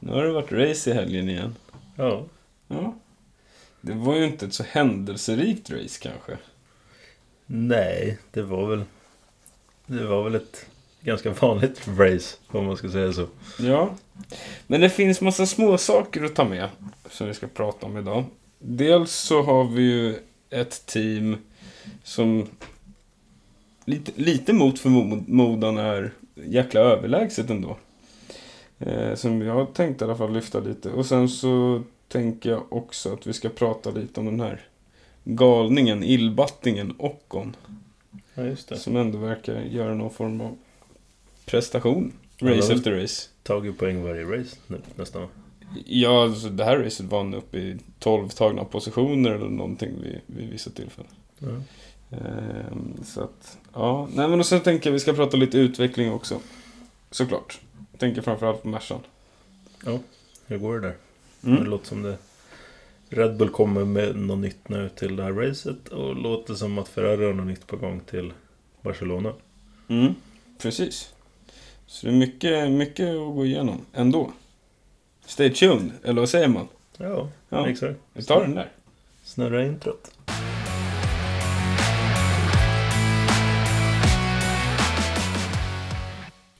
Nu har det varit race i helgen igen. Ja. Ja. Det var ju inte ett så händelserikt race kanske. Nej, det var väl... Det var väl ett ganska vanligt race, om man ska säga så. Ja. Men det finns massa små saker att ta med som vi ska prata om idag. Dels så har vi ju ett team som lite, lite mot förmodan är jäkla överlägset ändå. Eh, som jag tänkte i alla fall lyfta lite. Och sen så tänker jag också att vi ska prata lite om den här galningen, illbattingen Ockon. Ja, just Som ändå verkar göra någon form av prestation. Ja, det Race var- efter race. Tagit poäng varje race nu, nästan. Ja, alltså det här racet vann upp i 12 tagna positioner eller någonting vid, vid vissa tillfällen. Ja. Ehm, så att, ja. Nej men och sen tänker jag vi ska prata lite utveckling också. Såklart. Jag tänker framförallt på Mercan. Hur går det där? Det Mm. låter som det... Red Bull kommer med något nytt nu till det här racet och låter som att Ferrari har något nytt på gång till Barcelona. Mm. Precis. Så det är mycket, mycket att gå igenom ändå. Stay tuned, eller vad säger man? Ja, Ja, exakt. vi tar den där. Snurra introt.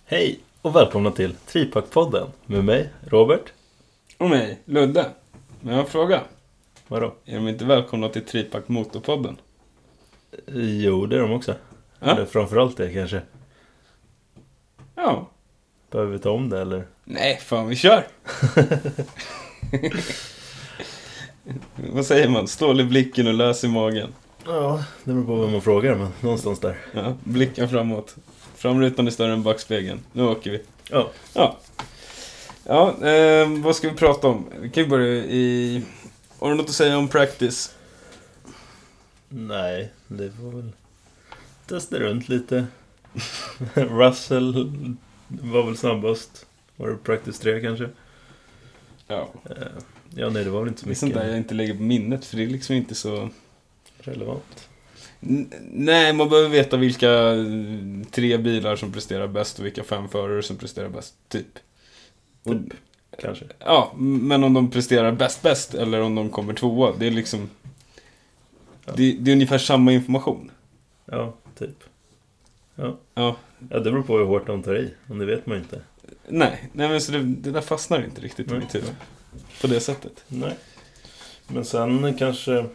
Hej och välkomna till Tripackpodden med mig, Robert. Och mig, Ludde. Men jag har en fråga. Vadå? Är de inte välkomna till Tripack Motorpodden? Jo, det är de också. Ja. Eller framförallt det kanske. Ja. Behöver vi ta om det eller? Nej, fan vi kör! Vad säger man? Stål i blicken och lös i magen. Ja, det beror på vem man frågar men någonstans där. Ja, blicken framåt. Framrutan är större än backspegeln. Nu åker vi. Ja. Ja, ja eh, vad ska vi prata om? Vi kan ju börja i... Har du något att säga om practice? Nej, det var väl... Testa runt lite. Russell var väl snabbast. Var det practice 3 kanske? Ja, Eh, Ja, nej det var väl inte så det är mycket sånt där jag inte lägger på minnet för det är liksom inte så... relevant. N- nej, man behöver veta vilka eh, tre bilar som presterar bäst och vilka fem förare som presterar bäst, typ. Och Typ, kanske. Ja, men om de presterar bäst bäst eller om de kommer tvåa, det är liksom... Ja. Det, det är ungefär samma information. Ja, typ. Ja, Ja, det beror på hur hårt de tar i. Men det vet man ju inte. nej, nej men så det, det där fastnar inte riktigt i Nej. mitt huvud. På det sättet. Nej. Men sen kanske...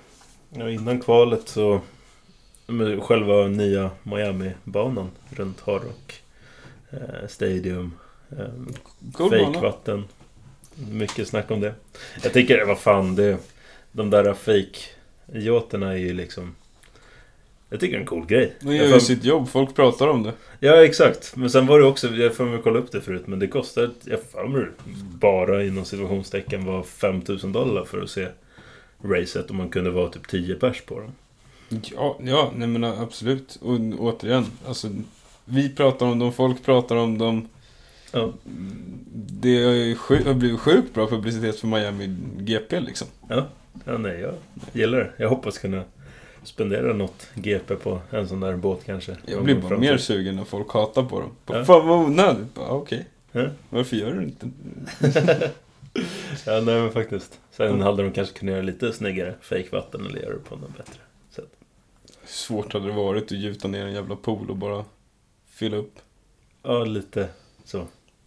Ja, innan kvalet så... Med själva nya Miami-banan runt Hard Rock eh, Stadium. Eh, Cool bana. Fejkvatten. Mycket snack om det. Jag tänker, vad fan det... De där fejkyaterna är ju liksom... Jag tycker det är en cool grej. De Jag gör ju fan- sitt jobb, folk pratar om det. Ja, exakt. Men sen var det också, jag får mig kolla upp det förut, men det kostar, jag får mig bara inom situationstecken var 5000 dollar för att se racet och man kunde vara typ 10 pers på dem. Ja, ja nej men äh, absolut. Och återigen, alltså... Vi pratar om dem, folk pratar om dem. Ja, Det har ju sju- har blivit sjukt bra publicitet för Miami GP liksom. ja nej, jag gillar det. Jag hoppas kunna spendera något GP på en sån där båt kanske. Jag blir bara Framför- mer sugen när folk hatar på dem. Ja. Fan vad onödigt. Bara, "Ah, Okej, Ja. varför gör du inte Ja, nej men faktiskt. Sen Mm. hade de kanske kunnat göra lite snyggare fejkvatten eller göra det på något bättre. Hur svårt hade det varit att gjuta ner en jävla pool och bara fylla upp? Ja, lite så.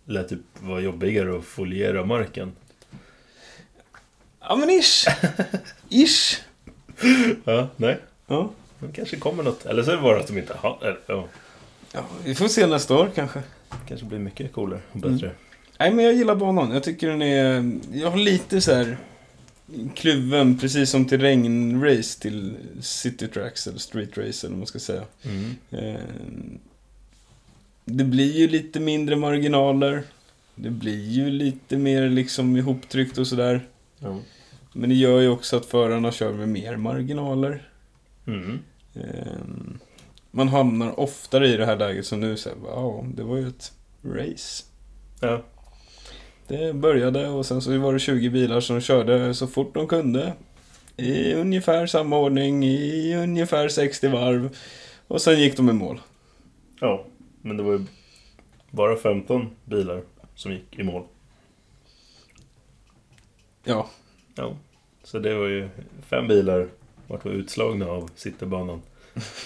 Lät typ vara jobbigare att foliera marken. Ja men ish! ish! Ja, nej. Ja. Det kanske kommer något. Eller så är det bara att de inte har... Eller, ja, ja, vi får se nästa år kanske. kanske blir mycket coolare och bättre. Nej men jag gillar banan. Jag tycker den är... Jag har lite så här kluven, precis som till regnrace till city tracks eller street race eller vad man ska säga. Mm. Eh, Det blir ju lite mindre marginaler. Det blir ju lite mer liksom ihoptryckt och sådär. Ja. Men det gör ju också att förarna kör med mer marginaler. Mm. Ehm, Man hamnar oftare i det här läget som nu, säger wow, det var ju ett race. Ja. Det började och sen så var det 20 bilar som körde så fort de kunde. I ungefär samma ordning, i ungefär 60 varv. Och sen gick de i mål. ja, men det var ju bara 15 bilar som gick i mål. Ja, Ja. Så det var ju fem bilar vart var utslagna av Citybanan.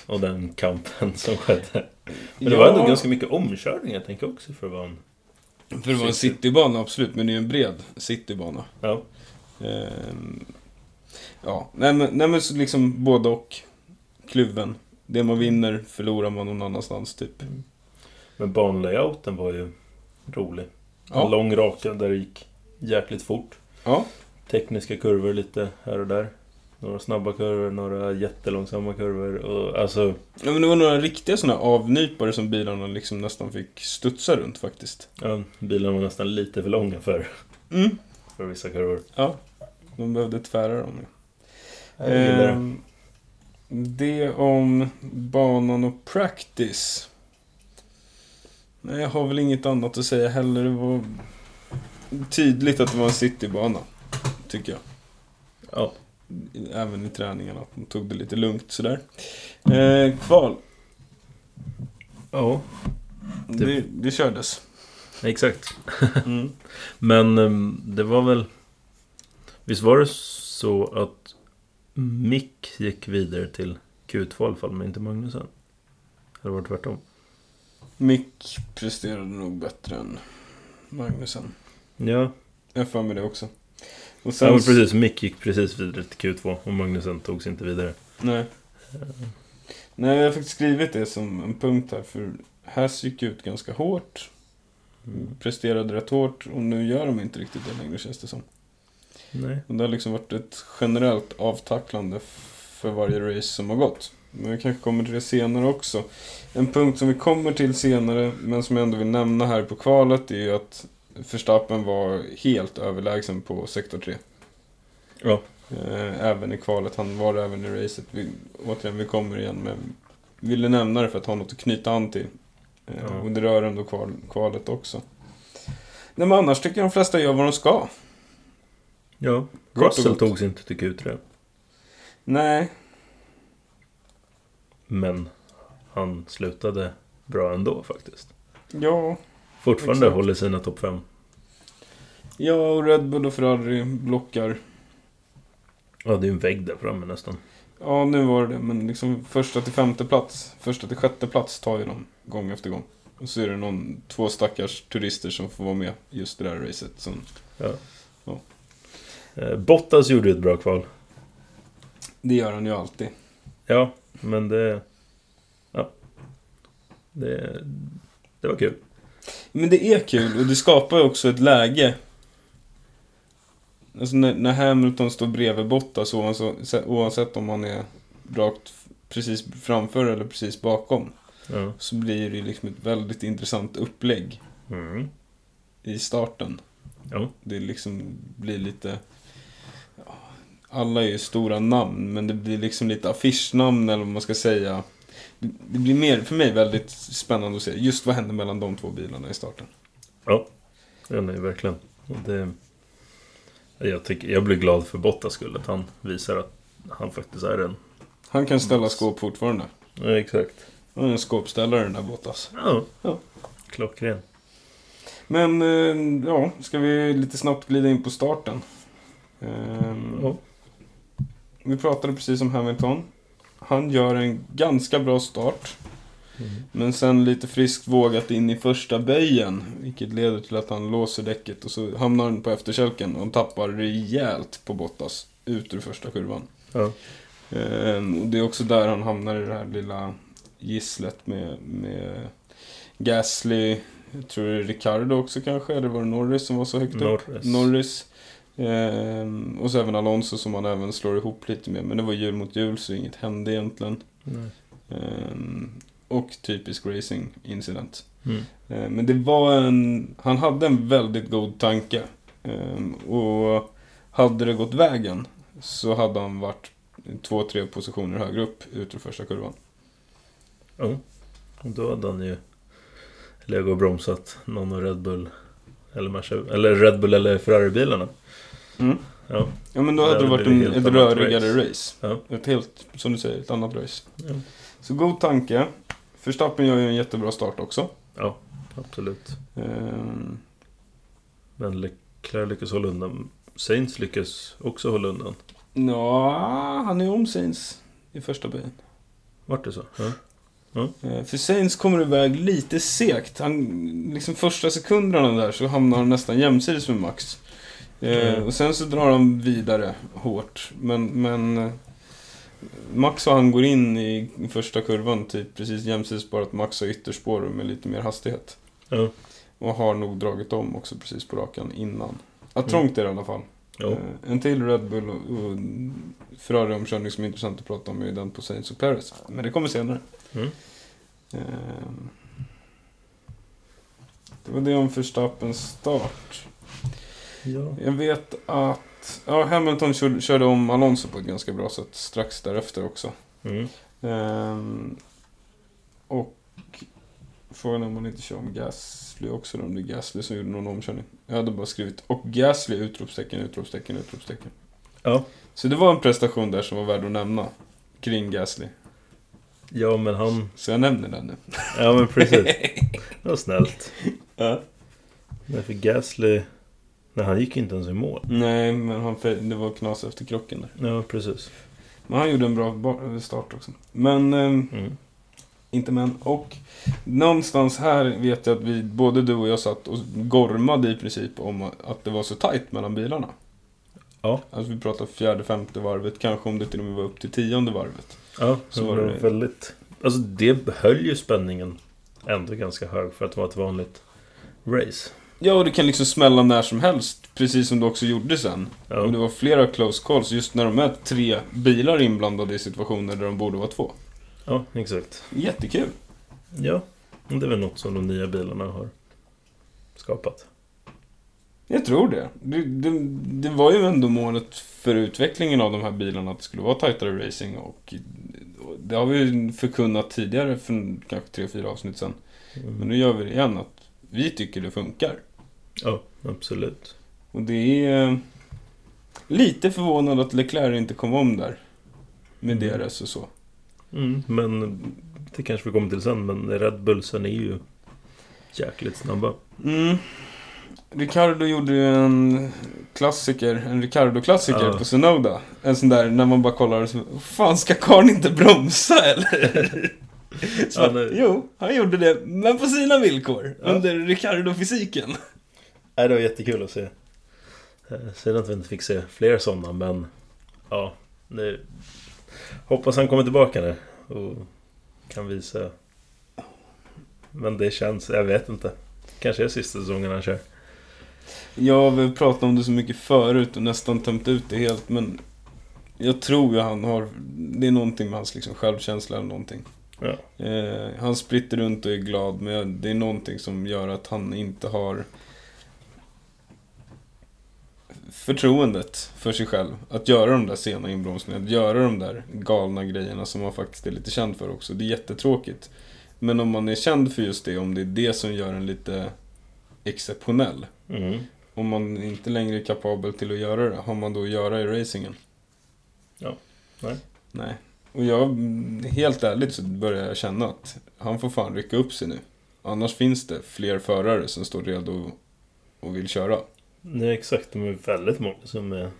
Och den kampen som skedde. Men det var ändå ganska mycket omkörning jag tänker också för att vara en... för det var en City. citybana absolut, men det är ju en bred citybana. Ja. Ehm, ja, nej men, nej, men så liksom både och. Kluven. Det man vinner förlorar man någon annanstans typ. Men banlayouten var ju rolig. Ja. En lång raka där det gick jäkligt fort. Ja, Tekniska kurvor lite här och där. Några snabba kurvor, några jättelångsamma kurvor. Och, alltså, ja men det var några riktiga sådana avnypare som bilarna liksom nästan fick studsa runt faktiskt. ja, bilarna var nästan lite för långa för, Mm. för vissa kurvor. Ja, de behövde tvära dem. Jag gillar det. Ehm, det om banan och practice. Nej, jag har väl inget annat att säga heller. Det var tydligt att det var en citybana, tycker jag. Ja. Även i träningarna, att de tog det lite lugnt sådär. Eh, kval, ja, det, det, kördes. exakt. Mm. Men ehm, det var väl... Visst var det så att Mick gick vidare till Q2 i alla fall, men inte Magnusen? Eller var det tvärtom? Mick presterade nog bättre än Magnusen. Ja, Jag har för mig det också. Och ja sen... men precis. Mick gick precis vidare till Q2 och Magnusen togs inte vidare. Nej. Nej, jag har faktiskt skrivit det som en punkt här, för Hass gick ut ganska hårt, Mm. Mm. presterade rätt hårt, och nu gör de inte riktigt det längre känns det som. Nej. Och det har liksom varit ett generellt avtacklande f- för varje race som har gått. Men vi kanske kommer till det senare också. En punkt som vi kommer till senare, men som jag ändå vill nämna här på kvalet, är ju att Verstappen var helt överlägsen på sektor 3. Ja. Eh, Även i kvalet, han var det även i racet. Vi, återigen, vi kommer igen men ville nämna det för att ha något att knyta an till. Eh, Ja. Och det rör ändå kval, kvalet också. Nej men annars tycker jag de flesta gör vad de ska. Ja. Gott och Russell gott. togs inte till Q3. Nej, Men han slutade bra ändå faktiskt. ja. Fortfarande Exakt. håller sina topp 5. Ja, och Red Bull och Ferrari blockar. Ja, det är ju en vägg där framme nästan. Ja, nu var det det, men liksom första till femte plats, första till sjätte plats tar ju de gång efter gång. Och så är det någon, två stackars turister som får vara med just i det här racet. Som, Eh, Bottas gjorde ju ett bra kval. det gör han ju alltid. Ja, men det... Ja. Det, det var kul. Men det är kul och det skapar ju också ett läge. Alltså när, när Hamilton står bredvid Bottas oavsett, oavsett om han är rakt f- precis framför eller precis bakom. Ja. Så blir det ju liksom ett väldigt intressant upplägg Mm. i starten. Ja. Det liksom blir lite... ja, Alla är ju stora namn men det blir liksom lite affischnamn eller vad man ska säga. Det det blir mer för mig väldigt spännande att se just vad händer mellan de två bilarna i starten. Ja, nej, verkligen. Och Det, jag, tycker, jag blir glad för Bottas skull att han visar att han faktiskt är en. Han kan ställa Mats. skåp fortfarande. Ja, exakt. Han är en skåpställare den där Bottas. Ja. Ja. Klockren. Men eh, ja, ska vi lite snabbt glida in på starten. Ehm, Ja. Vi pratade precis om Hamilton. Han gör en ganska bra start. Mm. Men sen lite friskt vågat in i första böjen. Vilket leder till att han låser däcket och så hamnar han på efterkälken och tappar rejält på Bottas. Ut ur första kurvan. Ja. Ehm, och det är också där han hamnar i det här lilla gisslet med, med Gasly, jag tror det är Ricardo också kanske, eller var det Norris som var så högt upp? Norris. Norris. Ehm, och så även Alonso som han även slår ihop lite med, men det var jul mot jul så inget hände egentligen. Nej. Ehm, och typisk racing incident. Mm. Eh, Men det var en... Han hade en väldigt god tanke. Ehm, Och hade det gått vägen så hade han varit två, tre positioner högre upp ut ur första kurvan. Ja. Och då hade han ju legat och bromsat någon av Red Bull eller, Mercedes, eller Red Bull eller Ferrari-bilarna. Ja. Ja, men då Det hade det hade varit blivit en, helt ett annat rörigare race. Ja. Ett helt, som du säger, ett annat race. ja. Så god tanke. Förstappen gör ju en jättebra start också. Absolut. Ehm, Men Leclerc lyckas hålla undan Saints lyckas också hålla undan. Ja, han är om Saints i första byn. Vart det så? Ja. Eh, För Saints kommer iväg lite segt. Han, liksom första sekunderna där så hamnar han nästan jämsides med Max. Eh, Mm. Och sen så drar han vidare hårt. Men, men eh, Max och han går in i första kurvan typ precis jämsides bara att Max har ytterspår med lite mer hastighet. Ja. Och har nog dragit om också precis på rakan innan. Ja, Mm. trångt är det i alla fall. ja. Eh, En till Red Bull och, och Ferrari-omkörning som är intressant att prata om är ju den på Saints och Perez. Men det kommer senare. Mm. Ehm. Det var det om Verstappens start. ja. Jag vet att ja, Hamilton kör, körde om Alonso på ett ganska bra sätt strax därefter också. Mm. Ehm, och frågan är om man inte kör om Gasly också då, om det är Gasly som gjorde någon omkörning. Jag hade bara skrivit och Gasly! Utropstecken, utropstecken, utropstecken. Ja. Så det var en prestation där som var värd att nämna. Kring Gasly. ja, men han... Så jag nämner den nu. Ja, men precis. Det var snällt. Ja. Nej, för Gasly... Nej, han gick inte ens i mål. Nej, men han, fe- det var knas efter krocken där. Ja, precis. Men han gjorde en bra ba- start också. Men, ehm, Mm. inte men. Och någonstans här vet jag att vi, både du och jag satt och gormade i princip om att det var så tajt mellan bilarna. Ja. Alltså vi pratade fjärde, femte varvet, kanske om det till och med var upp till tionde varvet. Ja, Så så var var det. det väldigt... Alltså, det höll ju spänningen ändå ganska hög för att vara ett vanligt race. Ja, och det kan liksom smälla när som helst, precis som det också gjorde sen. Ja. Och det var flera close calls just när de är tre bilar inblandade i situationer där de borde vara två. Ja, exakt. Jättekul! Ja, det är väl något som de nya bilarna har skapat. Jag tror det. Det, det, det var ju ändå målet för utvecklingen av de här bilarna att det skulle vara tajtare racing och och det har vi ju förkunnat tidigare för kanske tre, fyra avsnitt sedan. Mm. Men nu gör vi det igen att vi tycker det funkar. Ja, absolut. Och det är eh, lite förvånande att Leclerc inte kom om där. Med Mm. DRS och så. Mm, men det kanske vi kommer till sen, men Red Bullsen är ju jäkligt snabba. Mm. Ricardo gjorde ju en klassiker, en Ricardo-klassiker Ja. på Sunoda. En sån där när man bara kollar och så, fan ska karln inte bromsa eller? Så, Ja, nej. jo, han gjorde det, men på sina villkor. Ja. Under Ricardo-fysiken. Nej, det var jättekul att se. Eh, Synd att vi inte fick se fler sådana, men ja, nu hoppas han kommer tillbaka nu och kan visa. Men det känns, jag vet inte. Kanske är sista säsongen han kör. Jag har pratat om det så mycket förut och nästan tömt ut det helt, men jag tror ju han har, det är någonting med hans liksom självkänsla eller någonting. Ja. Eh, han spritter runt och är glad, men jag- det är någonting som gör att han inte har förtroendet för sig själv. Att göra de där sena inbromsningarna, att göra de där galna grejerna som man faktiskt är lite känd för också. Det är jättetråkigt. Men om man är känd för just det, om det är det som gör en lite exceptionell. Mm. Om man inte längre är kapabel till att göra det, har man då att göra i racingen? Ja. Nej. Nej. Och jag, mm, helt ärligt så börjar jag känna att han får fan rycka upp sig nu. Annars finns det fler förare som står redo och vill köra. Nej, exakt. De är väldigt många som är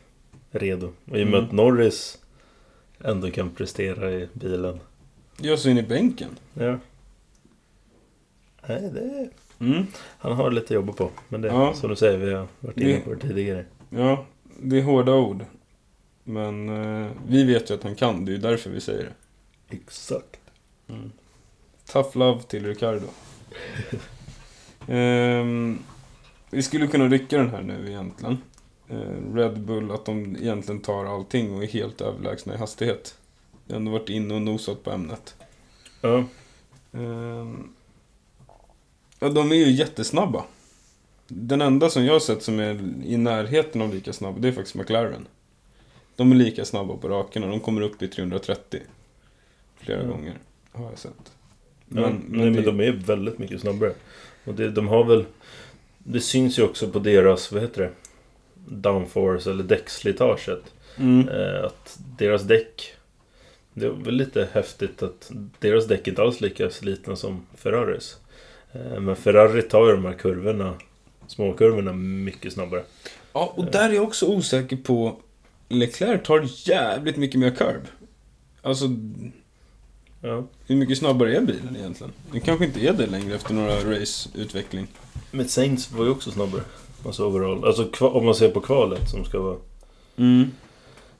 redo. Och i och med Mm. att Norris ändå kan prestera i bilen. Jag så in i bänken. Ja. Nej, det... Mm. Han har lite att jobba på. Men det, Ja. som du säger, vi har varit inne Det- på det tidigare. Ja, det är hårda ord. Men eh, vi vet ju att han kan, det är ju därför vi säger det. Exakt. Tough love till Ricardo. Ehm, vi skulle kunna rycka den här nu egentligen. Eh, Red Bull, att de egentligen tar allting och är helt överlägsna i hastighet. Jag har ändå varit inne och nosat på ämnet. Ja. Ehm, ja, de är ju jättesnabba. Den enda som jag har sett som är i närheten av lika snabb, det är faktiskt McLaren. De är lika snabba på raken och de kommer upp i 330. Flera Ja. gånger har jag sett. Men, Mm. ja. Nej, men det- de är väldigt mycket snabbare. Och det, de har väl... Det syns ju också på deras, vad heter det? Downforce eller däckslitaget. Mm. Eh, att deras däck... Det är väl lite häftigt att deras däck inte alls är lika slitna som Ferraris. Eh, Men Ferrari tar ju de här kurvorna, småkurvorna, mycket snabbare. Ja, och där är jag också osäker på... Leclerc tar jävligt mycket mer curb. Alltså, Ja. hur mycket snabbare är bilen egentligen? Den kanske inte är det längre efter några race-utveckling. Men Saints var ju också snabbare. Alltså overall. Alltså kva- om man ser på kvalet som ska vara... Mm.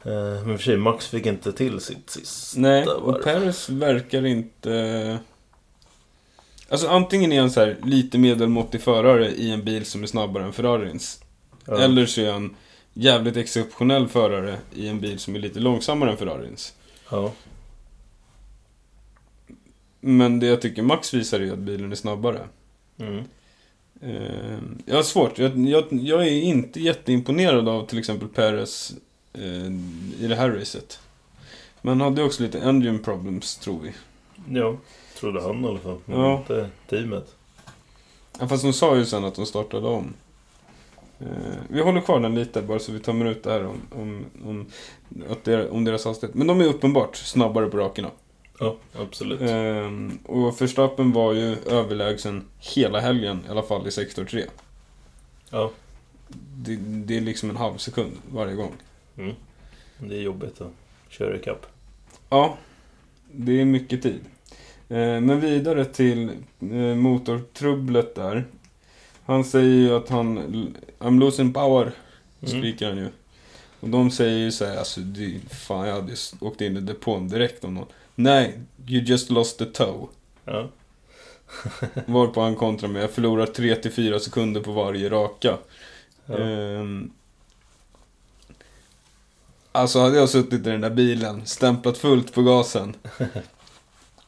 Eh, men i och för sig, Max fick inte till sitt sista Nej, varv. och Perez verkar inte... Alltså antingen är han så här lite medelmåttig förare i en bil som är snabbare än Ferrarins. Ja. Eller så är han jävligt exceptionell förare i en bil som är lite långsammare än Ferrarins. Ja. Men det jag tycker Max visar är att bilen är snabbare. Mm. Eh, jag har svårt. Jag, jag, jag är inte jätteimponerad av till exempel Perez eh, i det här racet. Men han hade också lite engine problems, tror vi. ja. Trodde han i alla fall. Men Ja. inte teamet. Ja, fast de sa ju sen att de startade om. Eh, vi håller kvar den lite bara så vi tömmer ut det här om, om, om, att det är, om deras hastighet. Men de är uppenbart snabbare på rakerna. Ja, absolut. Ehm, och Verstappen var ju överlägsen hela helgen, i alla fall i sektor 3. Ja. Det, det är liksom en halv sekund varje gång. Mm. Det är jobbigt att köra ikapp. Ja, det är mycket tid. Eh, Men vidare till eh, motortrubblet där. Han säger ju att han... I'm losing power, Mm. skriker han ju. Och de säger ju så här, alltså det, fan jag hade s- åkt in i depån direkt om någon. Nej, you just lost the toe. Ja. Varpå han kontrar med, jag förlorar 3-4 sekunder på varje raka. Ja. Ehm, alltså hade jag suttit i den där bilen, stämplat fullt på gasen.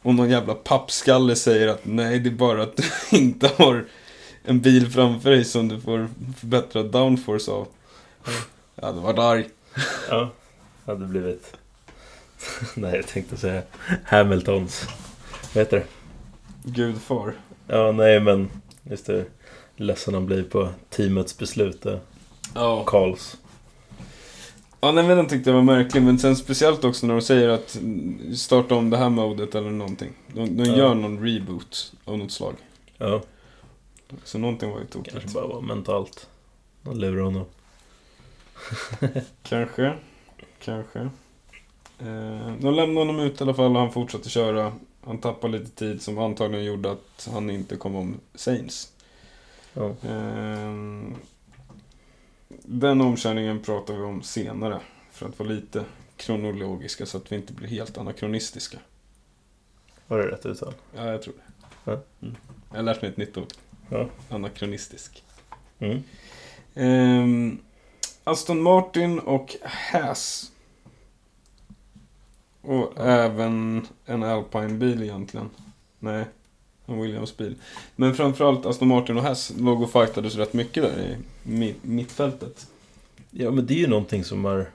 Och någon jävla pappskalle säger att nej, det är bara att du inte har en bil framför dig som du får förbättrad downforce av. Jag hade varit arg. Ja, hade blivit... Nej, jag tänkte säga Hamiltons. Vad heter det? Gudfar. Ja, nej men just det. Ledsen han blir på teamets beslut. där. Ja. Karls. Ja, nej men den tyckte jag var märklig. Men sen speciellt också när de säger att mm, starta om det här modet eller någonting. De, de Ja. gör någon reboot av något slag. Ja, Så någonting var ju tokigt. kanske bara var mentalt. De lurar honom. Kanske. Kanske. Eh, de lämnade honom ut i alla fall och han fortsatte köra. Han tappade lite tid som antagligen gjorde att han inte kom om Saints. Ja. Ehm, den omkörningen pratar vi om senare. För att vara lite kronologiska så att vi inte blir helt anakronistiska. Var det rätt uttal? Ja, jag tror det. Ja. Mm. Jag har lärt mig ett nytt ord. Ja. Anakronistisk. Mm. Ehm, Aston Martin och Haas. Och även en Alpine-bil egentligen. Nej, en Williams-bil. Men framförallt Aston Martin och Haas låg och fightades rätt mycket där i mi- mittfältet. Ja, men det är ju någonting som har...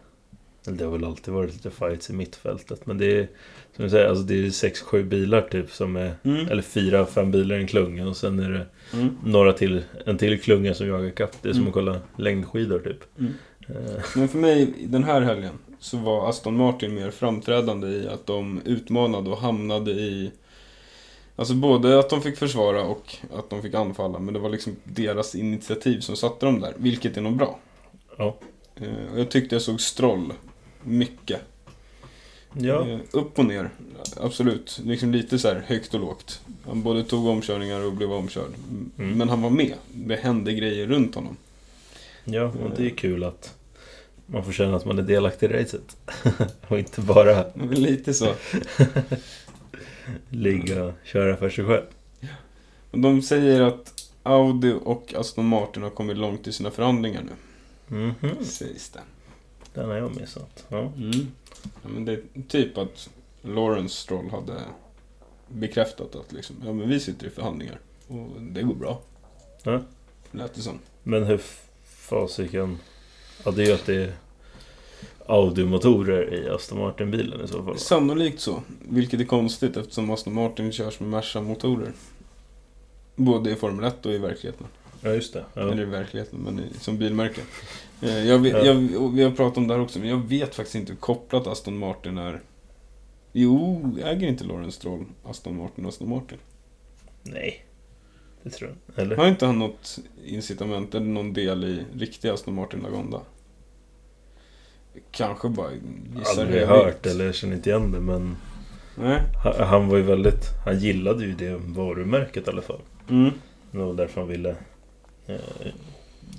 Eller det har väl alltid varit lite fights i mittfältet. Men det är som du säger, alltså det är sex, sju bilar typ som är... Mm. Eller fyra, fem bilar i en klunga och sen är det Mm. några till, en till klunga som jagar kapp. Det är som Mm. att kolla längdskidor typ. Mm. Eh, Men för mig, den här helgen, så var Aston Martin mer framträdande i att de utmanade och hamnade i... Alltså både att de fick försvara och att de fick anfalla, men det var liksom deras initiativ som satte dem där, vilket är nog bra. Ja. Eh, och Jag tyckte jag såg Stroll mycket. Ja, Eh, Upp och ner, absolut. Liksom lite så här högt och lågt. Han både tog omkörningar och blev omkörd. M- Mm. Men han var med. Det hände grejer runt honom. ja och det är kul att man får känna att man är delaktig i racet. och inte bara Men Lite så. ligga och köra för sig själv. Och De säger att Audi och Aston Martin har kommit långt i sina förhandlingar nu, Mhm, sägs det. Den har jag missat. Ja. Ja, men det är typ att Lawrence Stroll hade bekräftat att liksom, ja men vi sitter i förhandlingar och det går bra. Ja. Lät det som. Men hur fasiken... Ja, det är ju att det är Audi-motorer i Aston Martin-bilen i så fall. Sannolikt så, vilket är konstigt eftersom Aston Martin körs med Merca-motorer. Både i Formel 1 och i verkligheten. Ja, just det. Ja. Eller i verkligheten, men i, som bilmärke. Eh, Jag vet, Ja. jag, och vi har pratat om det här också, men jag vet faktiskt inte hur kopplat Aston Martin är. Jo, äger inte Lawrence Stroll Aston Martin och Aston Martin? Nej. Det tror jag. Eller? Har inte han något incitament eller någon del i riktiga Aston Martin Lagonda? Kanske bara gissar Aldrig jag hört vilt. eller känner inte igen det men Nej. han, han var ju väldigt... Han gillade ju det varumärket i alla fall. Mm. Det var därför han ville eh,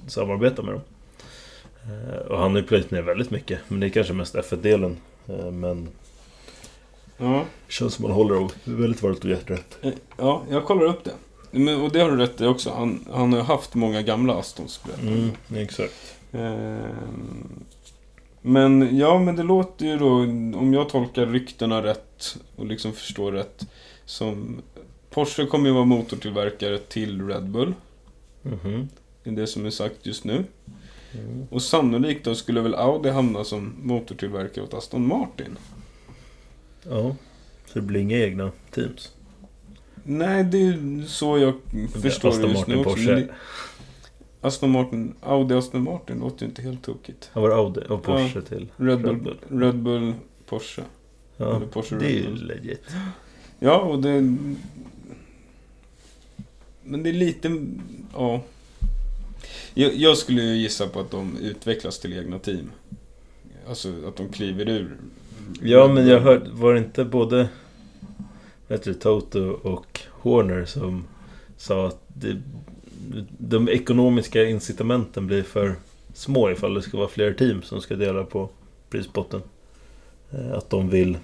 samarbeta med dem. Eh, och han har ju plöjt ner väldigt mycket. Men det är kanske mest F1-delen. Eh, men Ja. känns som han håller om väldigt varmt om hjärtat. Eh, ja, jag kollar upp det. Men, och det har du rätt i också. Han, han har ju haft många gamla Astons. skulle jag säga. Mm, exakt. Ehm, Men ja, men det låter ju då, om jag tolkar ryktena rätt och liksom förstår rätt, som Porsche kommer ju vara motortillverkare till Red Bull. Mhm. Det är det som är sagt just nu. Mm. Och sannolikt då skulle väl Audi hamna som motortillverkare åt Aston Martin. Ja. Så det blir inga egna teams. Nej, det är ju så jag Det blir förstår det Aston just nu Martin, också. men Porsche. det- Aston Martin, Audi Aston Martin låter ju inte helt tokigt. Han var det Audi och Porsche till. Red Bull, Red Bull. Red Bull Porsche. Ja. Eller Porsche Det är Red ju Bull. legit. Ja, och det... Men det är lite... Ja. Jag, jag skulle ju gissa på att de utvecklas till egna team. Alltså att de kliver ur. Ja men jag hörde, var det inte både vet du, Toto och Horner som sa att det, de ekonomiska incitamenten blir för små ifall det ska vara fler team som ska dela på prispotten. Eh, Att de vill,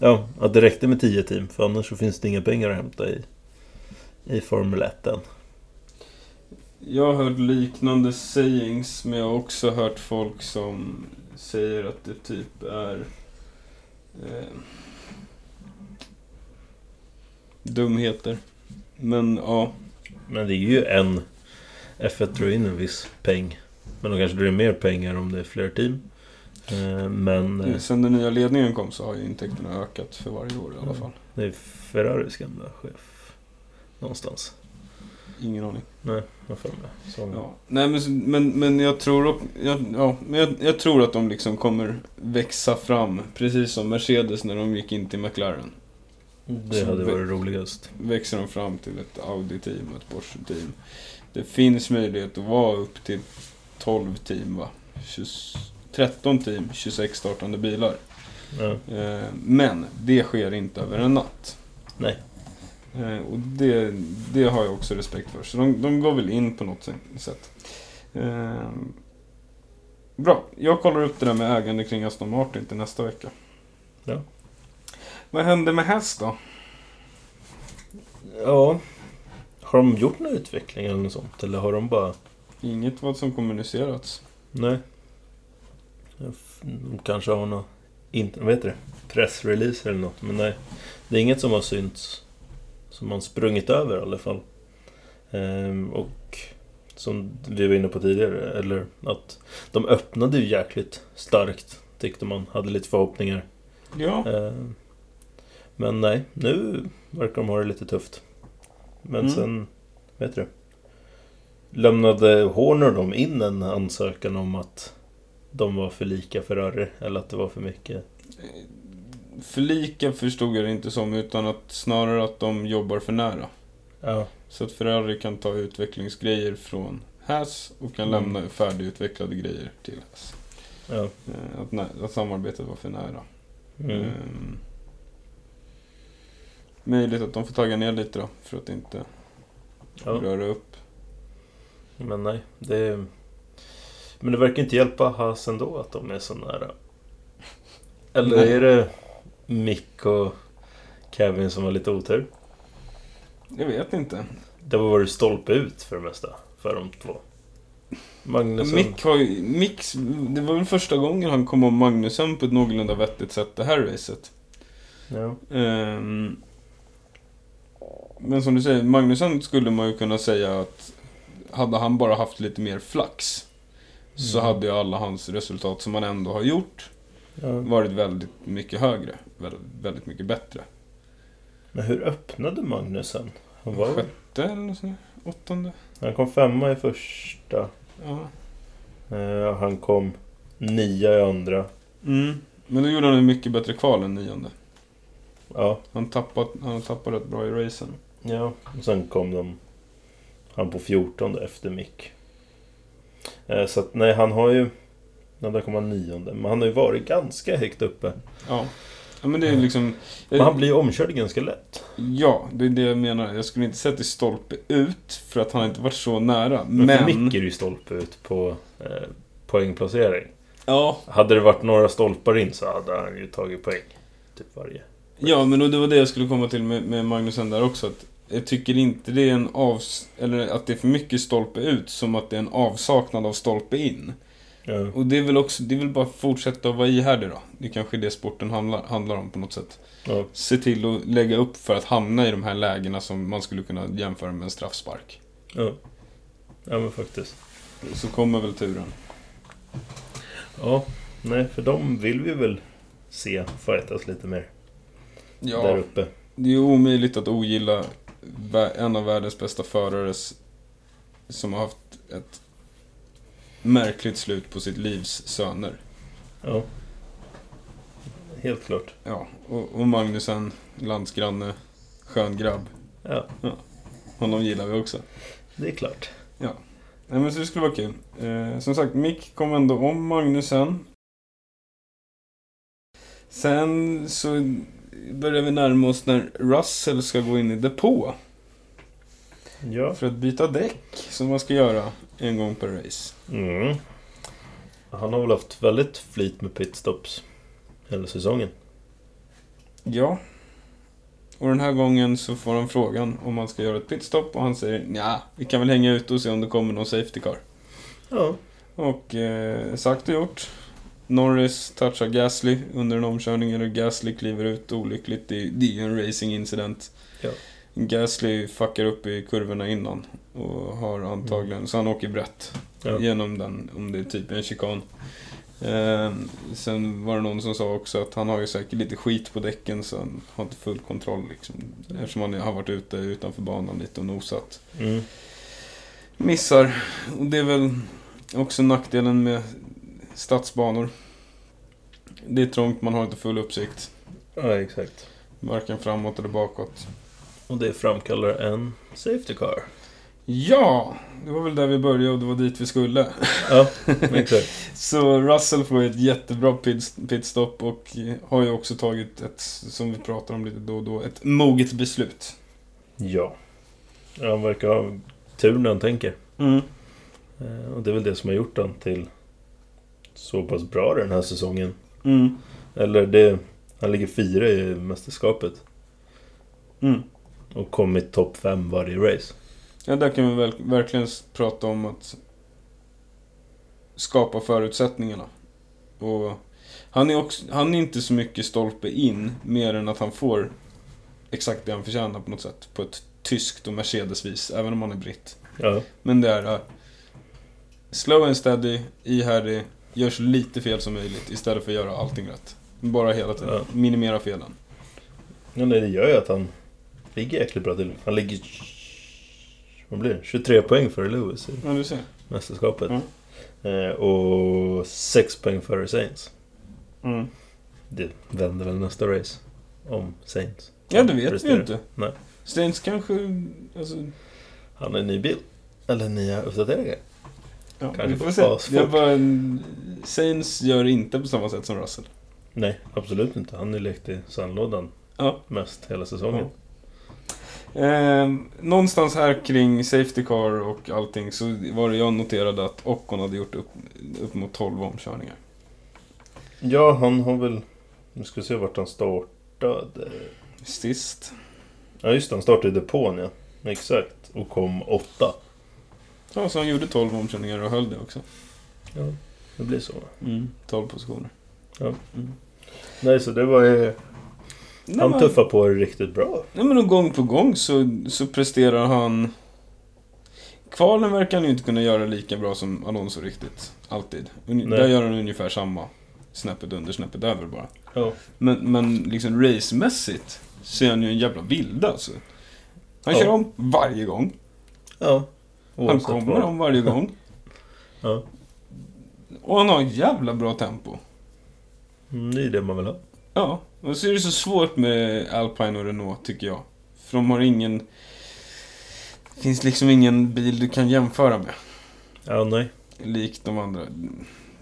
ja att det räckte med 10 team för annars så finns det inga pengar att hämta i, i Formel 1 än. Jag har hört liknande sayings, men jag har också hört folk som säger att det typ är... Eh, dumheter. Men ja. Men det är ju en... F1 drar in en viss peng. Men de kanske drar in mer pengar om det är fler team. Eh, Men eh, Sen den nya ledningen kom så har ju intäkterna ökat för varje år i alla Mm. fall. det är Ferraris gamla chef. Någonstans. Ingen aning. Nej, jag får med. Som... Ja. Nej, men, men, men jag tror och, jag, ja, men jag, jag tror att de liksom kommer växa fram. Precis som Mercedes när de gick in till McLaren. Det hade varit roligast. Växer de fram till ett Audi-team och ett Porsche-team. Det finns möjlighet att vara upp till 12 team va? 20, 13 team, 26 startande bilar. Ja. Eh, men det sker inte över en natt. Nej. Eh, och det, det har jag också respekt för. Så de, de går väl in på något sä- sätt. Eh, bra, jag kollar upp det där med ägande kring Aston Martin till nästa vecka. Ja. Vad hände med häst då? ja. Har de gjort någon utveckling eller något sånt? Eller har de bara... Inget vad som kommunicerats. Nej. Jag f- De kanske har någon... Inte, vad heter det? Pressrelease eller något. Men nej. Det är inget som har synts. Som man sprungit över i alla fall. Ehm, och som vi var inne på tidigare. Eller att de öppnade ju jäkligt starkt. Tyckte man. Hade lite förhoppningar. Ja, Ehm, men nej. Nu verkar de ha det lite tufft. Men Mm. sen... Vad heter det? Lämnade Horner dem in en ansökan om att de var för lika Ferrari eller att det var för mycket? Eh, för lika förstod jag det inte som, utan att snarare att de jobbar för nära. Ja. Så att Ferrari kan ta utvecklingsgrejer från Haas och kan Mm. lämna färdigutvecklade grejer till Haas. ja. Eh, Att, nä- att samarbetet var för nära. Mm. Ehm, möjligt att de får tagga ner lite då, för att inte ja. röra upp. Men nej, det... Men det verkar inte hjälpa Haas ändå att de är så nära. Eller Nej. är det Mick och Kevin som har lite otur? Jag vet inte. Det var varit stolpe ut för det mesta för de två. Magnusson... Mick har ju, Mick, det var väl första gången han kom om Magnusen på ett någorlunda vettigt sätt det här racet. Ja. Ehm, men som du säger, Magnusen skulle man ju kunna säga att hade han bara haft lite mer flax så Mm. hade ju alla hans resultat som han ändå har gjort Ja. varit väldigt mycket högre. Väldigt, väldigt mycket bättre. Men hur öppnade Magnusen? Han, var... Sjätte eller något sånt där? Åttonde? han kom femma i första. Ja. Eh, han kom nia i andra. Mm. Men då gjorde han en mycket bättre kval än nionde. Ja. Han tappade, han tappade rätt bra i racen. ja. Och sen kom de han på 14 efter Mick. Eh, Så att nej, han har ju... Ja, där kom han nionde. Men han har ju varit ganska högt uppe. Ja. ja, men det är liksom... Men han Mm. blir ju omkörd ganska lätt. Ja, det är det jag menar. Jag skulle inte sätta i stolpe ut för att han inte varit så nära. Men, Men... för Mick är det ju stolpe ut på eh, poängplacering. Ja, Hade det varit några stolpar in så hade han ju tagit poäng. Typ varje. ja, men och det var det jag skulle komma till med, med Magnusen där också. Att jag tycker inte det är en avs... Eller att det är för mycket stolpe ut som att det är en avsaknad av stolpe in. Ja. Och det är väl också... Det är väl bara att fortsätta att vara ihärdig då. Det är kanske är det sporten handlar, handlar om på något sätt. Ja. Se till att lägga upp för att hamna i de här lägena som man skulle kunna jämföra med en straffspark. Ja. ja, men faktiskt. Så kommer väl turen. Ja, nej, för de vill vi väl se fightas lite mer där Ja, uppe. det är omöjligt att ogilla vä- en av världens bästa förare s- som har haft ett märkligt slut på sitt livs söner. Ja. Helt klart. Ja, och, och Magnusen, landsgranne, skön grabb. Ja, Honom gillar vi också. det är klart. Nej men så det skulle vara kul. Eh, som sagt, Mick kom ändå om Magnusen. Sen så börjar vi närma oss när Russell ska gå in i depå. Ja. För att byta däck, som man ska göra en gång per race. Mm. Han har väl haft väldigt flit med pitstops hela säsongen. Ja. Och den här gången så får han frågan om han ska göra ett pitstop och han säger ja, vi kan väl hänga ut och se om det kommer någon safety car. Ja. Och eh, sagt och gjort. Norris touchar Gasly under en omkörning, eller Gasly kliver ut olyckligt. Det, det är ju en racingincident. Ja. Gasly fuckar upp i kurvorna innan och har antagligen, så han åker brett Mm. Ja. genom den, om det är typ en chikan. Ehm, sen var det någon som sa också att han har ju säkert lite skit på däcken så han har inte full kontroll liksom. Eftersom han har varit ute utanför banan lite och nosat Mm. missar. Och det är väl också nackdelen med stadsbanor. Det är trångt, man har inte full uppsikt. ja, exakt. Varken framåt eller bakåt. Och det framkallar en Safety Car. Ja, det var väl där vi började och det var dit vi skulle. Ja, exakt. Så Russell får ju ett jättebra pit- pitstop och har ju också tagit ett, som vi pratar om lite då och då, ett moget beslut. Ja. ja. Han verkar ha tur när han tänker. Mm, Eh, Och det är väl det som har gjort han till så pass bra den här säsongen. Mm. Eller det, han ligger fyra i mästerskapet Mm. och kommit topp fem varje race. Ja, där kan vi väl, verkligen s- prata om att skapa förutsättningarna. Och han är, också, han är inte så mycket stolpe in, mer än att han får exakt det han förtjänar på något sätt. På ett tyskt och Mercedes-vis, även om han är britt. Ja, Men det är eh, slow and steady, ihärdig, gör så lite fel som möjligt istället för att göra allting rätt. Bara hela tiden, Ja. minimera felen. ja nej, det gör ju att han ligger jäkligt bra till. Han ligger... Vad blir det? 23 poäng före Lewis i Ja, du ser. mästerskapet. Mm. Eh, och 6 poäng före Saints. Mm. Det vänder väl nästa race. Om Saints. Ja, det vet vi presterar. ju inte. Nej. Stains kanske... Alltså, Han är en ny bil. Eller nya uppdateringar. Ja, Kanske vi får får se. pass Det är folk. bara en... Sainz gör inte på samma sätt som Russell. Nej, absolut inte. Han är lekt i sandlådan Ja. mest hela säsongen. Eh, någonstans här kring Safety Car och allting så var det jag noterade att Ockon hade gjort upp, upp mot 12 omkörningar. Ja, han har väl... Nu ska vi se vart han startade. Sist. Ja, just det. Han startade i depån, ja. Exakt. Och kom åtta. Ja, så han gjorde 12 omkörningar och höll det också. Ja, det blir så. 12 positioner. Ja. Mm. Nej, så det var ju... Nej, Han men- tuffar på det riktigt bra. Nej men och gång på gång så, så presterar han... Kvalen verkar han ju inte kunna göra lika bra som Alonso riktigt. Alltid. Uni- Nej. Där gör han ungefär samma. Snäppet under, snäppet över bara. Ja. Men, men liksom racemässigt så är han ju en jävla vild alltså. Han Ja. kör om varje gång. Ja. Han Oavsett kommer vad. om varje gång. Ja. Och han har ett jävla bra tempo. Mm, det är det man vill ha. Ja, och så är det så svårt med Alpine och Renault tycker jag. För de har ingen... finns liksom ingen bil du kan jämföra med. Ja, nej. Likt de andra.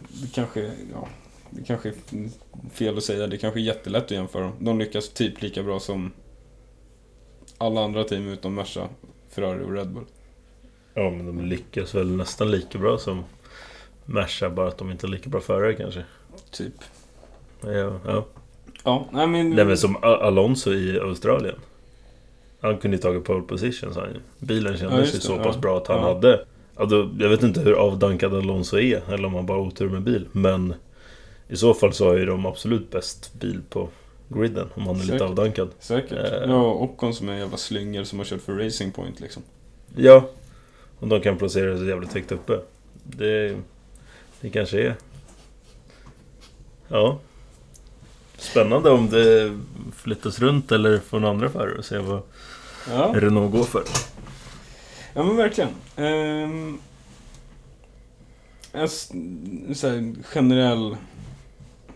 Det kanske, ja, det kanske är fel att säga. Det kanske är jättelätt att jämföra dem. De lyckas typ lika bra som alla andra team utom Merca, Ferrari och Red Bull. Ja, men de lyckas väl nästan lika bra som Merca, bara att de inte är lika bra förare kanske. Typ. Ja, ja. Ja, nej men... Nej men som Al- Alonso i Australien. Han kunde ju tagit pole position sa han ju. Bilen Ja, kändes just ju det, så ja. pass bra att han Ja. hade... Alltså, jag vet inte hur avdankad Alonso är, eller om han bara har otur med bil. Men i så fall så har ju de absolut bäst bil på griden, om han är Säkert. lite avdankad. Säkert. Eh. Ja, Ockon som är en jävla slyngel som har kört för Racing Point liksom. Ja, och de kan placera sig jävligt högt uppe. Det, det kanske är... Ja. Spännande om det flyttas runt eller får några andra förare och se vad Ja, Renault går för. ja men verkligen. Ehm, en s- så här, generell,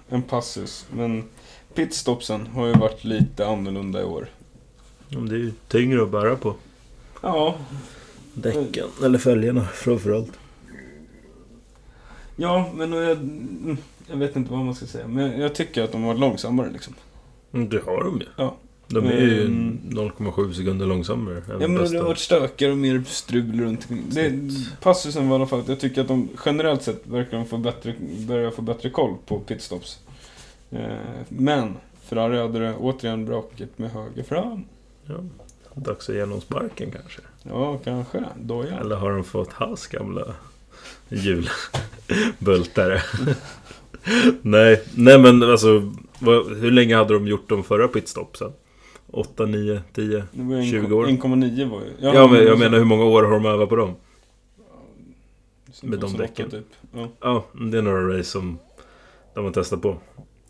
en passus, men pitstopsen har ju varit lite annorlunda i år. Ja, men Det är ju tyngre att bära på. Ja, Däcken, Mm. eller fälgarna framförallt. ja men jag, mm, jag vet inte vad man ska säga, men jag tycker att de har varit långsammare liksom. Mm, Det har de ju. Ja. De är ju Mm. 0,7 sekunder långsammare än Ja, de men det bästa. har varit stökigare och mer strul runt omkring. det, Passusen var i alla fall att jag tycker att de generellt sett verkar de få bättre, börja få bättre koll på pitstops. Eh, men Ferrari hade det återigen braket med höger fram. Ja. Dags att ge någon sparken kanske. Ja, kanske. Då ja. Eller har de fått hans gamla julbultare? nej, nej men alltså vad, hur länge hade de gjort de förra pitstopsen? 8, 9, 10? Det var 20 år. 1,9 var ju... Ja, men jag menar hur många år har de övat på dem? med de 2008 däcken. Typ. Ja. Ja, det är några race som de har testat på.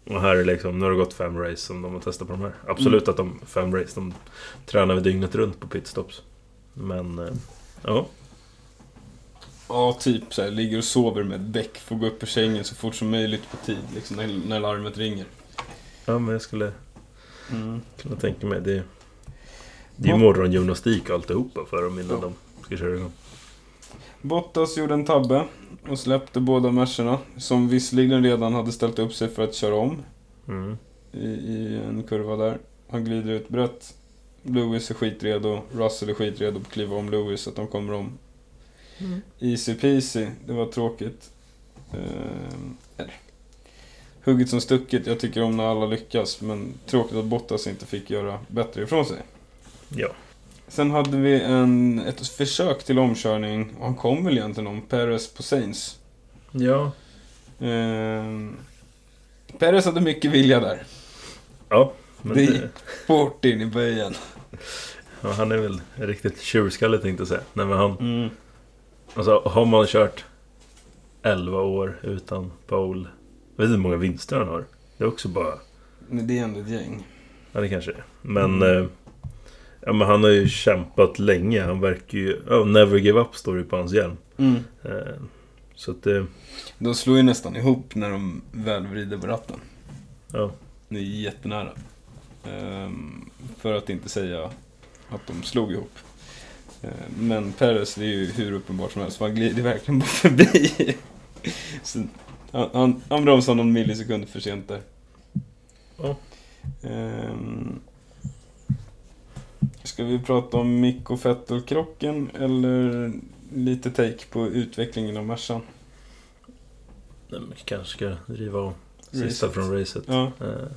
Och här är liksom, nu har det gått fem race som de har testat på de här. Absolut att de, fem race, de tränar vi dygnet runt på pitstops. Men, eh, ja. ja, typ så här, ligger och sover med ett däck. Får gå upp ur sängen så fort som möjligt på tid, liksom, när, när larmet ringer. Ja, men jag skulle kunna tänka mig det. Det är ju morgongymnastik och alltihopa för dem innan Ja. de ska köra igång. Bottas gjorde en tabbe och släppte båda matcherna som visserligen redan hade ställt upp sig för att köra om Mm. i, i en kurva där. Han glider ut brett. Lewis är skitredo, Russell är skitredo på att kliva om Lewis så att de kommer om. Easy peasy, det var tråkigt. Ehm, eller. Hugget som stucket, jag tycker om när alla lyckas men tråkigt att Bottas inte fick göra bättre ifrån sig. Ja. Sen hade vi en, ett försök till omkörning, och han kom väl egentligen om, Perez på Sainz. Ja. Ehm, Perez hade mycket vilja där. Ja. Men Det- det, Hårt in i böjen. ja, han är väl riktigt tjurskallig tänkte jag säga. Nej, men han, Alltså har man kört 11 år utan pole. Jag vet inte hur många vinster han har. Det är också bara... Men det är ändå ett gäng. Ja det kanske är. Men... Eh, ja men han har ju kämpat länge. Han verkar ju... Ja, never give up står det på hans hjälm. Eh, så att eh, det... De slår ju nästan ihop när de väl vrider på ratten. Ja. Det är jättenära. Ehm, för att inte säga att de slog ihop. Ehm, men Perez, det är ju hur uppenbart som helst. för Han glider verkligen bara förbi. Så, han, han, han bromsar någon millisekund för sent där. Ja. Ehm, ska vi prata om Mick och Vettel-krocken eller lite take på utvecklingen av Mercan? Nej, men kanske ska driva om sista Racet. från racet. Ja. Eh,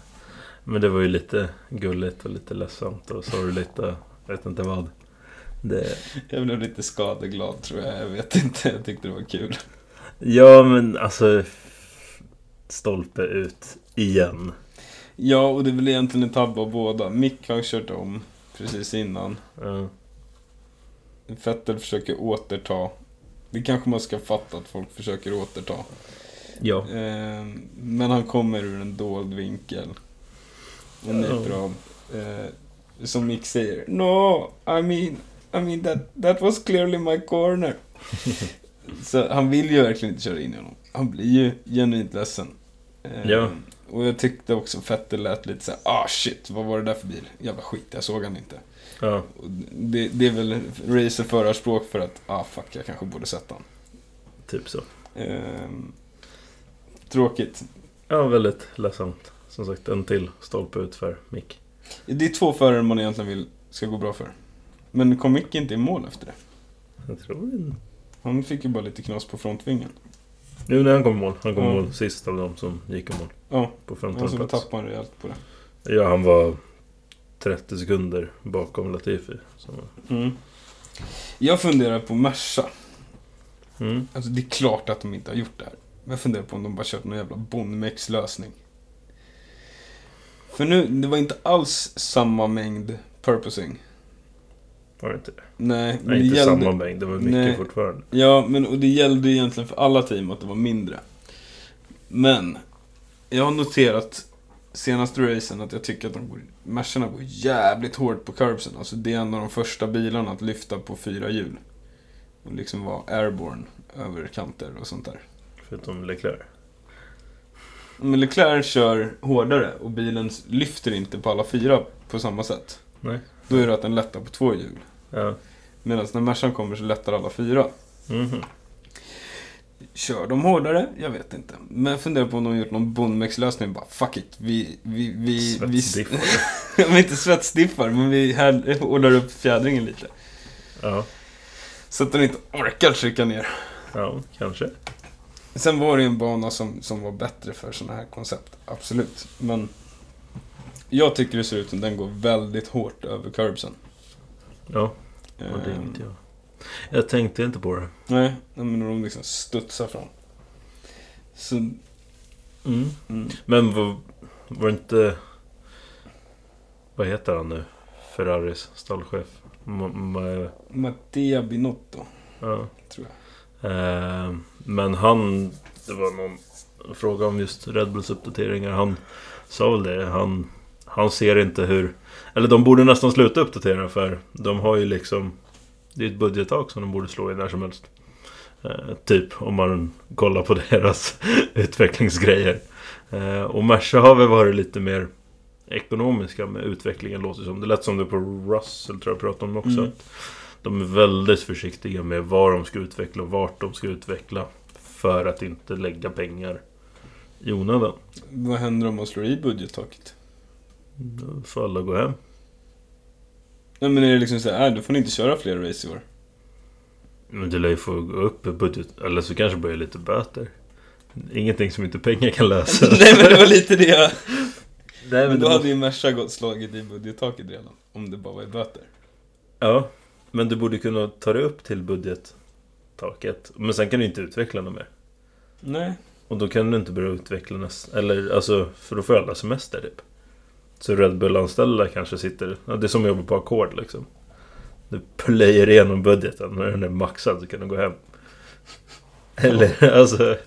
men det var ju lite gulligt och lite ledsamt och sorgligt och jag vet inte vad. Det... Jag blev lite skadeglad tror jag. Jag vet inte, jag tyckte det var kul. Ja men alltså... Stolpe ut igen. Ja, och det är väl egentligen en tabbe av båda. Mick har kört om precis innan. Ja. Vettel försöker återta. Det kanske man ska fatta att folk försöker återta. Ja. Ehm, men han kommer ur en dold vinkel. Och nyper Ja. av. Eh, som Mick säger. No, I mean, I mean that, that was clearly my corner. Så han vill ju verkligen inte köra in i honom. Han blir ju genuint ledsen. Eh, Ja. Och jag tyckte också Vettel lät lite såhär, ah shit, vad var det där för bil? Jävla skit, jag såg han inte. Ja, Och det, det är väl racer förarspråk för att, ah fuck, jag kanske borde sett han. typ så. Eh, tråkigt. Ja, väldigt ledsamt. Som sagt, en till stolpe ut för Mick. Det är två förare man egentligen vill ska gå bra för. Men kom Mick inte i mål efter det. Jag tror inte... Han fick ju bara lite knas på frontvingen. Nu när han kom i mål. Han kom i Ja. mål sist av dem som gick i mål. Ja, På 15 och så plats. tappade han rejält på det. Ja, han var 30 sekunder bakom Latifi. Så. Mm. Jag funderar på Merca. Mm. Alltså det är klart att de inte har gjort det här. Men jag funderar på om de bara kört någon jävla Bonmex-lösning. För nu, det var inte alls samma mängd purposing. Var det inte det? Nej, men Nej, det inte gällde... samma mängd. Det var mycket Nej. fortfarande. Ja, men och det gällde egentligen för alla team att det var mindre. Men, jag har noterat senaste racen att jag tycker att de går, Mercerna går jävligt hårt på curbsen. Alltså det är en av de första bilarna att lyfta på fyra hjul. Och liksom vara airborne över kanter och sånt där. Förutom Leclerc. Men Leclerc kör hårdare och bilen lyfter inte på alla fyra på samma sätt. Nej. Då är det att den lättar på två hjul. Ja. Medan när Mercan kommer så lättar alla fyra. Mhm. Kör de hårdare? Jag vet inte. Men jag funderar på om de har gjort någon Bonmex-lösning. Bara fuck it. Vi... vi, vi, vi Svetsdiffare. men inte svetsdiffar, men vi här- hårdar upp fjädringen lite. Ja. Så att den inte orkar trycka ner. ja, kanske. Sen var det ju en bana som, som var bättre för sådana här koncept, absolut. Men jag tycker det ser ut som den går väldigt hårt över curbsen. Ja, och det är Ehm, inte jag. Jag tänkte inte på det. Nej, nej, men de liksom studsar fram. Så, Mm. mm. Men var, var det inte... Vad heter han nu? Ferraris stallchef? Ma, ma, Mattia Binotto, ja. tror jag. Eh, men han... Det var någon fråga om just Red Bulls uppdateringar. Han sa väl det. Han, han ser inte hur... Eller de borde nästan sluta uppdatera för de har ju liksom... Det är ett budgettak som de borde slå i när som helst. Eh, typ om man kollar på deras utvecklingsgrejer. Eh, och Merca har väl varit lite mer ekonomiska med utvecklingen låter det som. Det lät som det på Russell tror jag pratade om också. Mm. Att de är väldigt försiktiga med vad de ska utveckla och vart de ska utveckla. För att inte lägga pengar i onödan. Vad händer om man slår i budgettaket? Då får alla gå hem. Nej men är det liksom så här, "Äh, då får ni inte köra fler race i år. Men det lär ju få gå upp i budget. Eller så kanske börja lite böter. Ingenting som inte pengar kan lösa. Nej men det var lite det jag... Nej, Men men då det hade måste... ju Merca gått slagit i budgettaket redan. Om det bara var i böter. Ja, men du borde kunna ta dig upp till budgettaket. Men sen kan du inte utveckla något mer. Nej. Och då kan du inte börja utveckla nästa... Eller alltså, för då får alla semester typ. Så Red Bull-anställda kanske sitter... Ja, det är som att jobba på ackord liksom. Du plöjer igenom budgeten. När den är maxad så kan du gå hem. Eller alltså...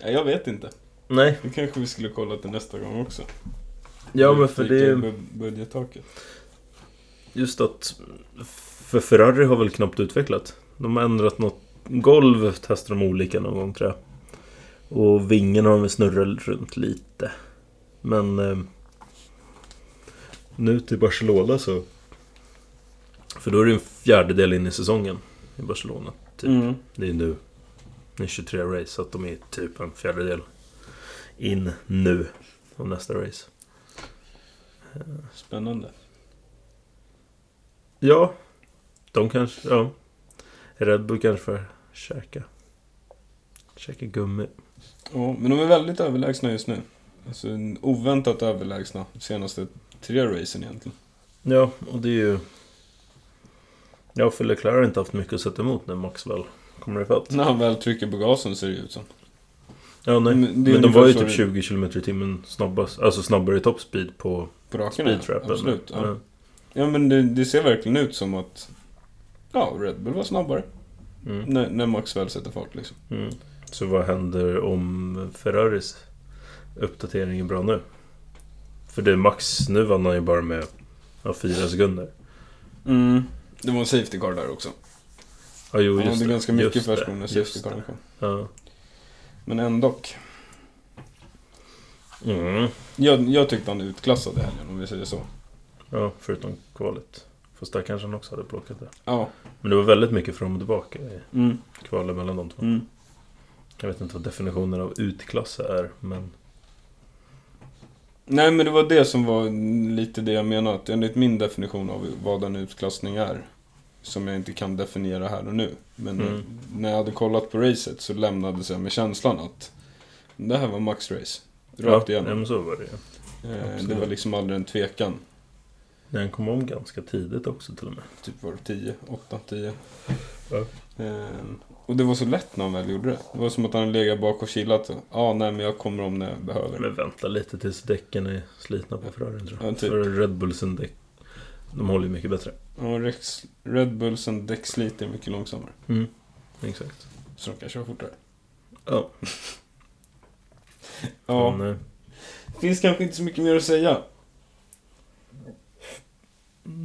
Ja, jag vet inte. Nej. Det kanske vi skulle kolla till nästa gång också. Ja, Hur men för gick i det... bu- Budgettaket. Just att för Ferrari har väl knappt utvecklat. De har ändrat något golv, testar de olika någon gång tror jag. Och vingen har de väl snurrat runt lite. Men eh, nu till Barcelona så... För då är det en fjärdedel in i säsongen i Barcelona. Typ. Mm. Det är nu. Det är 23 race, så att de är typ en fjärdedel in nu av nästa race. Spännande. Ja. De kanske, ja. Red Bull kanske får käka. Käka gummi. Ja, men de är väldigt överlägsna just nu. Alltså en oväntat överlägsna de senaste tre racen egentligen. Ja, och det är ju... Ja, för Leclerc har inte haft mycket att sätta emot när Max väl kommer ifatt. När han väl trycker på gasen ser det ut som. Ja, nej. Men det är Men, de var ju ungefär så typ 20 km i timmen snabbast. Alltså snabbare i toppspeed på På raken ja. speedtrappen. Absolut. Ja, Ja. ja men det, det ser verkligen ut som att Ja, Red Bull var snabbare. Mm. När, när Max väl sätter fart liksom. Mm. Så vad händer om Ferraris uppdatering är bra nu? För det är Max, nu vann han ju bara med ja, fyra sekunder. Mm. Det var en safety car där också. Ja, jo, Han just hade det. ganska mycket Just det. försprång när Just safety det. caren kom. Ja. Men ändå. Mm. Jag, jag tyckte han utklassade helgen om vi säger så. Ja, förutom kvalet. Fast där kanske han också hade plockat det. Ja. Men det var väldigt mycket fram och tillbaka i Mm. kvalet mellan de två. Mm. Jag vet inte vad definitionen av utklassa är, men... Nej men det var det som var lite det jag menade. Att enligt min definition av vad en utklassning är. Som jag inte kan definiera här och nu. Men Mm. eh, när jag hade kollat på racet så lämnades jag med känslan att det här var maxrace. Rakt ja, ja, igenom. men så var det ju. Eh, det absolut. var liksom aldrig en tvekan. Nej, han kom om ganska tidigt också till och med. Typ var det 10, 8, 10. Ja. Ehm, och det var så lätt när han väl gjorde det. Det var som att han legat bak och chillat. Ja, ah, nej men jag kommer om när jag behöver. Men vänta lite tills däcken är slitna på Ferrarin tror jag. Ja, typ. För Red Bullsen däck, de håller ju mycket bättre. Ja, Rex, Red Bullsen däcksliter mycket långsammare. Mm, exakt. Så de kan köra fortare. Ja. Ja, Men, eh, finns kanske inte så mycket mer att säga.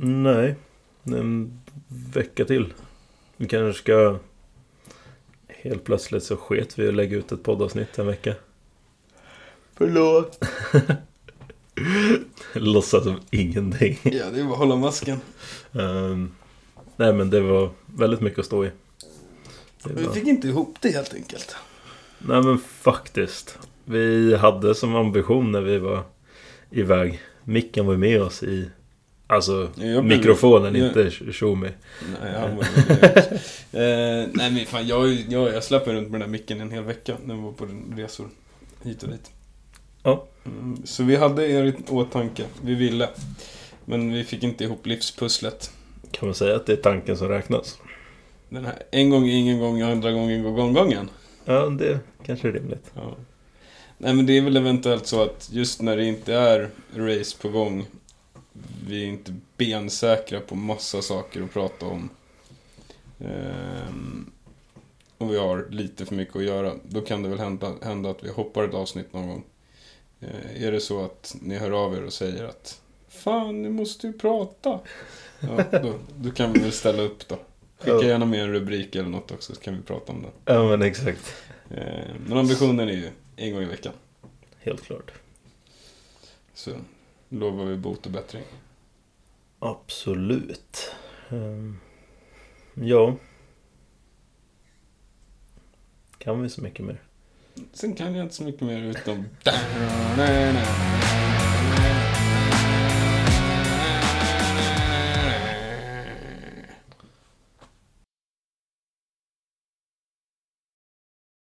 nej, Det är en vecka till. Vi kanske ska... Helt plötsligt så sket vi att lägga ut ett poddavsnitt en vecka. Förlåt. Låtsas som ingenting. Ja, det är bara att hålla masken. Ehm, nej men det var väldigt mycket att stå i. Det var- inte ihop det helt enkelt. Nej men faktiskt. Vi hade som ambition när vi var iväg. Micken var med oss i... Alltså Jag blev- mikrofonen, jag- inte Tjomi. Nej, han var eh, Nej, men fan, jag, jag, jag släpper runt med den där micken en hel vecka när vi var på resor hit och dit. Ja. Mm, så vi hade er i åtanke, vi ville. Men vi fick inte ihop livspusslet. Kan man säga att det är tanken som räknas? Den här, en gång är ingen gång, andra gången går gånggången. Ja, det kanske är rimligt. Ja. Nej men det är väl eventuellt så att just när det inte är race på gång Vi är inte bensäkra på massa saker att prata om Ehm, Och vi har lite för mycket att göra Då kan det väl hända, hända att vi hoppar ett avsnitt någon gång Eh, Är det så att ni hör av er och säger att Fan, ni måste ju prata ja, då, då kan vi väl ställa upp då Skicka Ja. gärna med en rubrik eller något också så kan vi prata om det Ja men exakt. Eh, Men ambitionen är ju en gång i veckan. Helt klart. Så lovar vi bot och bättring. Absolut. Ehm, ja. Kan vi så mycket mer? Sen kan jag inte så mycket mer utom...